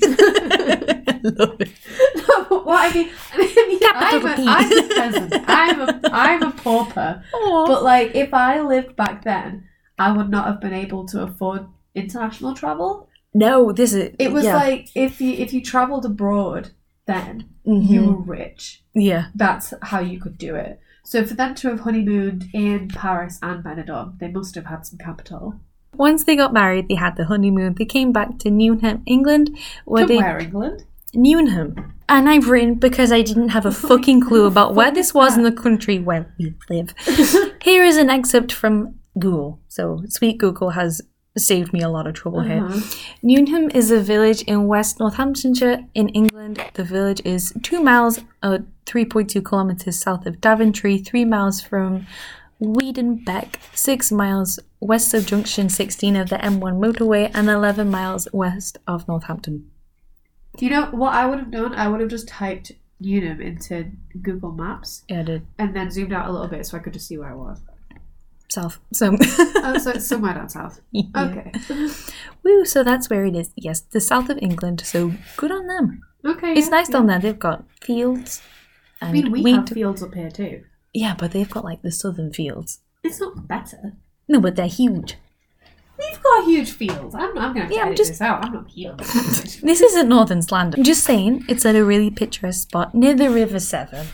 Love it. No, but what I mean, I mean I'm, Capital a, P. I'm a peasant. I'm a, I'm a pauper. Aw. But like, if I lived back then, I would not have been able to afford international travel. no, this is It was yeah. like if you if you traveled abroad then Mhm. you were rich. yeah. That's how you could do it. So for them to have honeymooned in Paris and Benidorm, they must have had some capital. Once they got married, they had the honeymoon. They came back to Newnham, England, where To they where England? Newnham. And I've written because I didn't have a fucking clue about where fuck this is was that? in the country where we live. Here is an excerpt from Google. So, sweet Google has saved me a lot of trouble here. Uh-huh. Newnham is a village in West Northamptonshire in England. The village is two miles, uh, 3.2 kilometres south of Daventry, three miles from Weedenbeck, six miles west of Junction 16 of the M1 motorway, and 11 miles west of Northampton. Do you know what I would have done? I would have just typed Unum into Google Maps Yeah, I did. and then zoomed out a little bit so I could just see where I was. South. So. oh, so it's somewhere down south. Okay. Woo, so that's where it is. Yes, the south of England, so good on them. Okay. It's yeah, nice yeah. down there. They've got fields. And I mean, we wheat. have fields up here too. Yeah, but they've got like the southern fields. It's not better. No, but they're huge. We've got huge fields. I'm, I'm going to have to Yeah, I'm edit just- this out. I'm not healed. This isn't northern slander. I'm just saying it's at a really picturesque spot near the River Severn,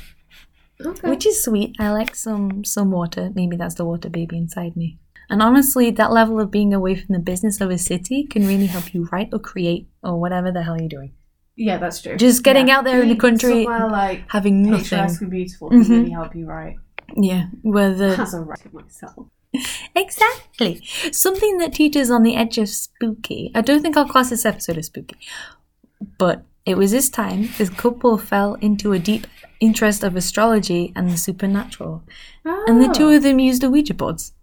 okay. which is sweet. I like some some water. Maybe that's the water baby inside me. And honestly, that level of being away from the business of a city can really help you write or create or whatever the hell you're doing. yeah, that's true. Just getting out there in the Being country, Somewhere like Having nothing. picturesque and beautiful can Mhm. really help you write. Yeah, where the That's all right to myself. Exactly. Something that teaches on the edge of spooky. I don't think I'll class this episode as spooky, but it was this time this couple fell into a deep interest of astrology and the supernatural, and the Oh. two of them used the Ouija boards,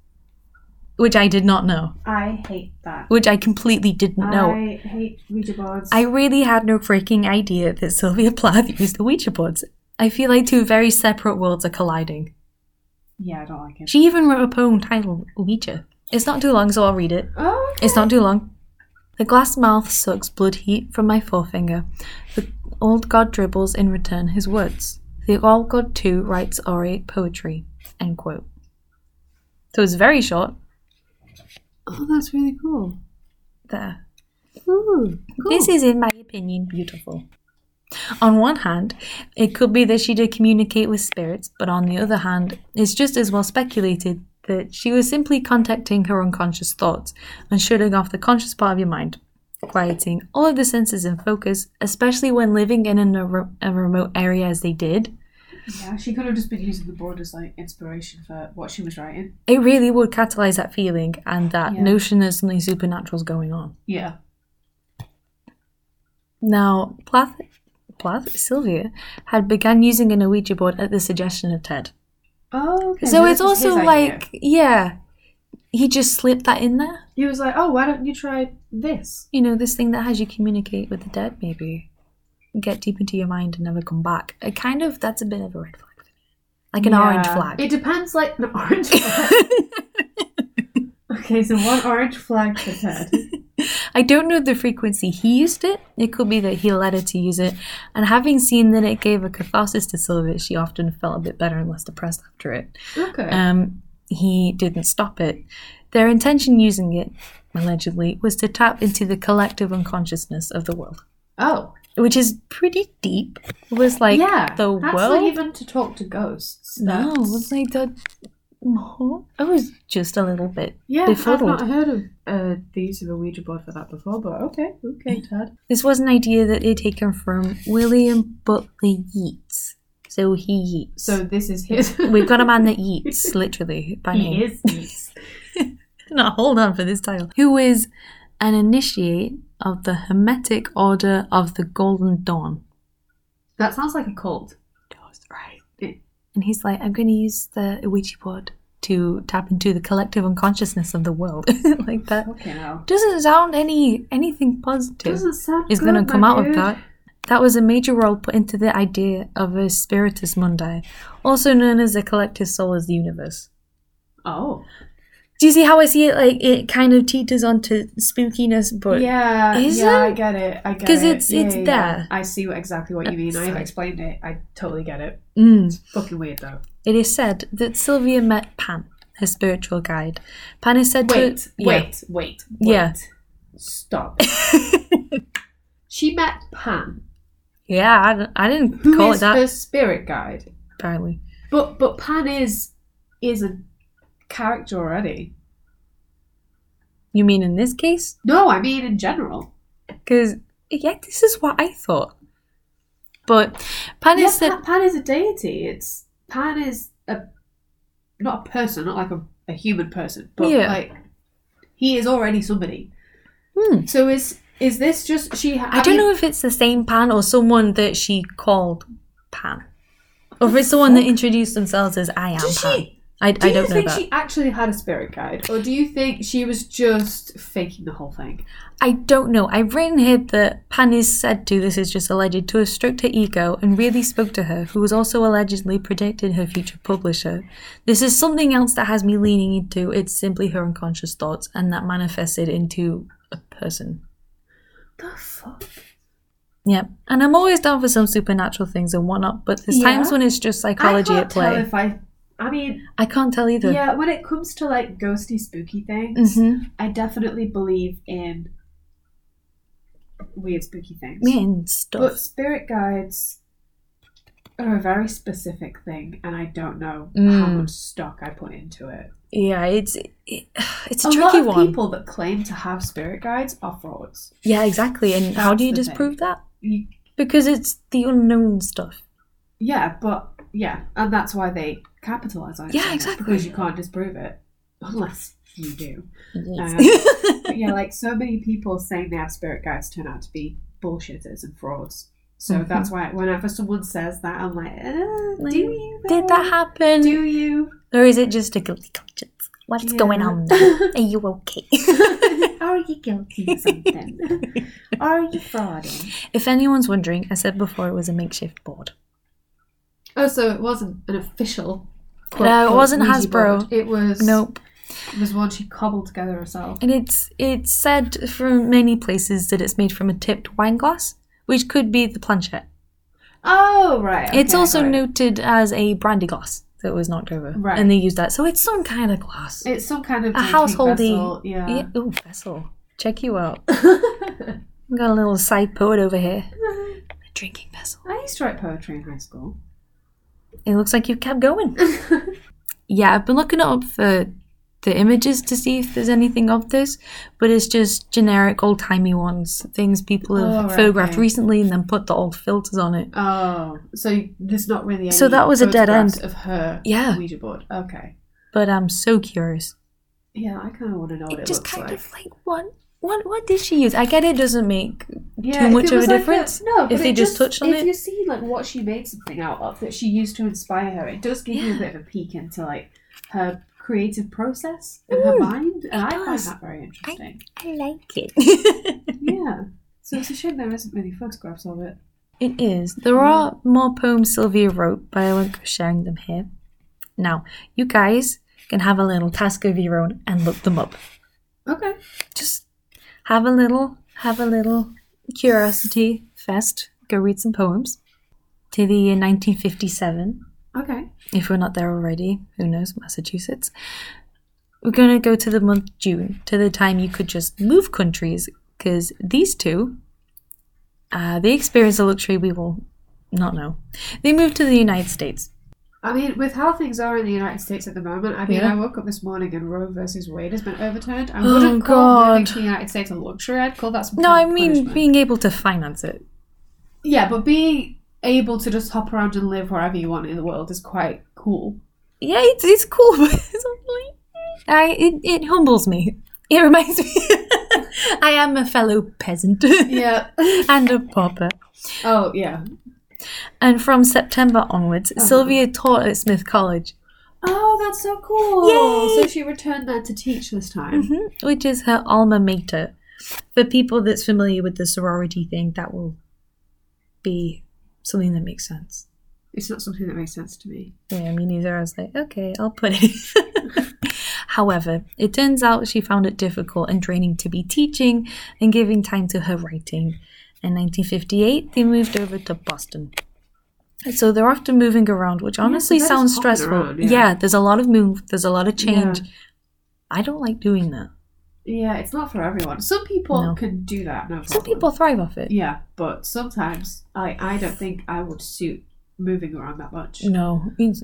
which I did not know, Oh, I hate that. which I completely didn't know. I hate Ouija boards. I really had no freaking idea that Sylvia Plath used the Ouija boards. I feel like two very separate worlds are colliding. yeah, I don't like it. She even wrote a poem titled Ouija. It's not too long, so I'll read it. Oh, okay. It's not too long. The glass mouth sucks blood heat from my forefinger. The old god dribbles in return his words. The old god too writes orate poetry. End quote. So it's very short. oh, that's really cool. There. Ooh, cool. This is, in my opinion, beautiful. On one hand, it could be that she did communicate with spirits, but on the other hand, it's just as well speculated that she was simply contacting her unconscious thoughts and shutting off the conscious part of your mind, quieting all of the senses in focus, especially when living in an, a, re- a remote area as they did. yeah, she could have just been using the board as like inspiration for what she was writing. It really would catalyze that feeling and that Yeah. notion that something supernatural is going on. Yeah. Now, Plath, Plath, Sylvia had begun using an Ouija board at the suggestion of Ted. Oh, okay. so this it's was his also idea. like, yeah, he just slipped that in there. he was like, "Oh, why don't you try this?" You know, this thing that has you communicate with the dead, maybe get deep into your mind and never come back. It kind of that's a bit of a red flag, for me. like an orange Yeah. flag. It depends, like an orange flag. okay, so one orange flag for Ted. I don't know the frequency he used it. It could be that he led her to use it, and having seen that it gave a catharsis to Sylvia, she often felt a bit better and less depressed after it. Okay. um, he didn't stop it. Their intention using it, allegedly, was to tap into the collective unconsciousness of the world, oh, which is pretty deep. It was like yeah. the That's world. not even to talk to ghosts. no, it That's- was like the Oh, I was just a little bit. Yeah, Befuddled. I've not heard of uh, the use of a Ouija board for that before, but okay, okay, Tad. This was an idea that they'd taken from William Butler Yeats. So he yeets. So this is his. we've got a man that yeets, literally, by name. he is. Yeats. Now hold on for this title. Who is an initiate of the Hermetic Order of the Golden Dawn. that sounds like a cult. right. It- And he's like, I'm going to use the Ouija board to tap into the collective unconsciousness of the world. like that Okay, now. doesn't sound any anything positive Doesn't sound. is going to come out of that. That was a major role put into the idea of a spiritus mundi, also known as the collective soul of the universe. Oh. Do you see how I see it? Like it kind of teeters onto spookiness, but yeah, Is yeah, I it? get it. I get it. 'Cause it's- Yeah, it's yeah, there. yeah. I see what, exactly what you mean. That's I've right. explained it. I totally get it. Mm. It's fucking weird though. It is said that Sylvia met Pan, her spiritual guide. Pan is said Wait, to wait, wait, wait. Yeah. Stop. she met Pan, Yeah, yeah I, don't- I didn't who is call it that. her spirit guide. Apparently, But but Pan is is a character already. you mean in this case? No, I mean in general. Because yeah, this is what I thought. But Pan Yeah, is said Pan, Pan is a deity. It's Pan is a not a person, not like a, a human person, but Yeah. like he is already somebody. Hmm. So is is this just she? ha- I don't know if it's the same Pan or someone that she called Pan, or if it's the one that introduced themselves as I am Does Pan. she? I, Do I you don't know think that. she actually had a spirit guide, or do you think she was just faking the whole thing? I don't know. I've written here that Pan is said to, this is just alleged, to have stroked her ego and really spoke to her, who was also allegedly predicted her future publisher. This is something else that has me leaning into it's simply her unconscious thoughts, and that manifested into a person. The fuck? Yep. And I'm always down for some supernatural things and whatnot, but there's Yeah. times when it's just psychology I at can't tell play. if I. I mean, I can't tell either. yeah, when it comes to like ghosty, spooky things, hmm I definitely believe in weird, spooky things. Me and stuff. But spirit guides are a very specific thing, and I don't know how Mm. much stock I put into it. yeah, it's it, it's a, a lot tricky of one. people that claim to have spirit guides are frauds. yeah, exactly. And how That's do you the disprove that? You Because it's the unknown stuff. Yeah, but yeah, and that's why they capitalize on it. Yeah, so much, exactly. Because you can't disprove it unless you do. Uh-huh. Yes. But yeah, like so many people saying they have spirit guides turn out to be bullshitters and frauds. So Mhm. that's why whenever someone says that, I'm like, uh, Like, do you? Did though? that happen? Do you? or is it just a guilty conscience? What's Yeah. going on? Now? Are you okay? Are you guilty of something? Are you frauding? if anyone's wondering, I said before it was a makeshift board. Oh, so it wasn't an official. No, it wasn't Ouija Hasbro. board. It was Nope. It was one she cobbled together herself. And it's it's said from many places that it's made from a tipped wine glass, which could be the planchette. Oh right. it's okay, also got it. noted as a brandy glass that was knocked over, Right. and they used that. So it's some kind of glass, It's some kind of a drinking householdy. vessel, Yeah. Yeah, ooh, vessel. Check you out. got a little side poet over here. A drinking vessel. I used to write poetry in high school. It looks like you've kept going. yeah, I've been looking up for the images to see if there's anything of this, but it's just generic old timey ones, things people have Oh, right, photographed okay. recently and then put the old filters on it. Oh, so there's not really any. So that was a dead end. photographs of her Yeah. Ouija board. Okay. But I'm so curious. Yeah, I kind of want to know what it, It just looks kind like. of like what what what did she use? I get it doesn't make yeah, too if much it of a was like difference no, but if they it just touched on if it. you see like what she made something out of that she used to inspire her, it does give you a Yeah. bit of a peek into like her creative process and her Mm, mind, and I find does. that very interesting. I like it. yeah. So it's a shame there isn't really photographs of it. It is. Hmm. There are more poems Sylvia wrote, but I won't go sharing them here. Now, you guys can have a little task of your own and look them up. Okay. Just have a little, have a little curiosity fest. Go read some poems. To the year 1957, Okay. if we're not there already, who knows, Massachusetts. We're going to go to the month June, to the time you could just move countries, because these two, uh, they experienced a luxury we will not know. They moved to the United States. I mean, with how things are in the United States at the moment, I mean, Yeah. I woke up this morning and Roe versus Wade has been overturned. I Oh, wouldn't call moving God. to the United States a luxury. I'd call that some No, kind I of mean punishment. being able to finance it. yeah, but being able to just hop around and live wherever you want in the world is quite cool. Yeah, it's, it's cool, but it's like, I it, it humbles me. It reminds me, I am a fellow peasant Yeah. and a pauper. oh yeah. And from September onwards, Sylvia taught at Smith College, Oh, that's so cool. Yay! So she returned there to teach this time. Mm-hmm. which is her alma mater. For people that's familiar with the sorority thing, that will be something that makes sense. It's not something that makes sense to me. Yeah, me neither. I was like, okay, I'll put it. However, it turns out she found it difficult and draining to be teaching and giving time to her writing. In 1958, they moved over to Boston. So they're often moving around, which honestly so they're sounds just hopping stressful. around, yeah. yeah. there's a lot of move, there's a lot of change. Yeah. I don't like doing that. Yeah, it's not for everyone. Some people No. can do that. No problem. Some people thrive off it. Yeah, but sometimes I I don't think I would suit moving around that much. No, it's-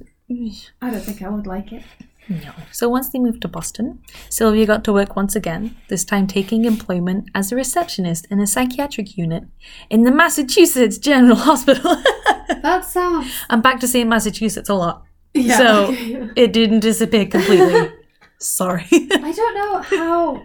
I don't think I would like it. No. So once they moved to Boston, Sylvia got to work once again, this time taking employment as a receptionist in a psychiatric unit in the Massachusetts General Hospital. That sounds. I'm back to saying Massachusetts a lot. Yeah. So it didn't disappear completely. Sorry. I don't know how.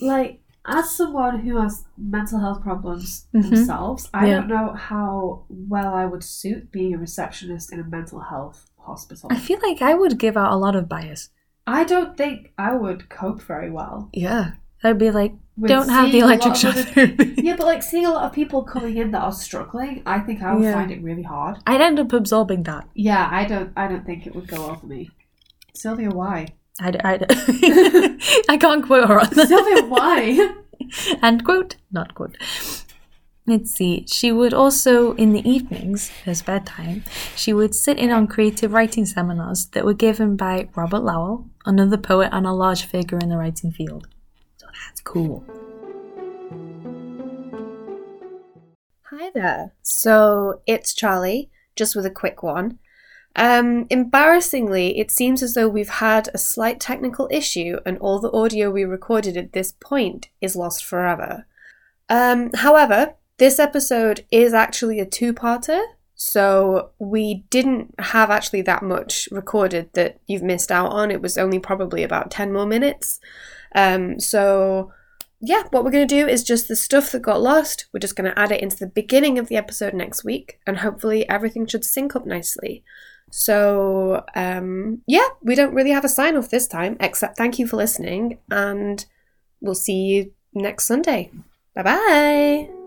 Like, as someone who has mental health problems Mhm. themselves, I Yeah. don't know how well I would suit being a receptionist in a mental health hospital. I feel like I would give out a lot of bias. I don't think I would cope very well. Yeah. I'd be like, with don't have the seeing a lot electric of shock other- therapy. Yeah, but like seeing a lot of people coming in that are struggling, I think I would Yeah. find it really hard. I'd end up absorbing that. Yeah, I don't. I don't think it would go well for me. Sylvia, why? I'd, I'd, I can't quote her on that. Sylvia, why? End quote, not quote. Let's see. She would also, in the evenings, her spare time, she would sit in on creative writing seminars that were given by Robert Lowell, another poet and a large figure in the writing field. So that's cool. Hi there. So it's Charlie, just with a quick one. Um, embarrassingly, it seems as though we've had a slight technical issue and all the audio we recorded at this point is lost forever. Um, however, this episode is actually a two parter, so we didn't have actually that much recorded that you've missed out on. It was only probably about 10 more minutes. Um, so yeah, what we're going to do is just the stuff that got lost, we're just going to add it into the beginning of the episode next week, and hopefully everything should sync up nicely. So, um, yeah, we don't really have a sign off this time, except thank you for listening, and we'll see you next Sunday. Bye bye.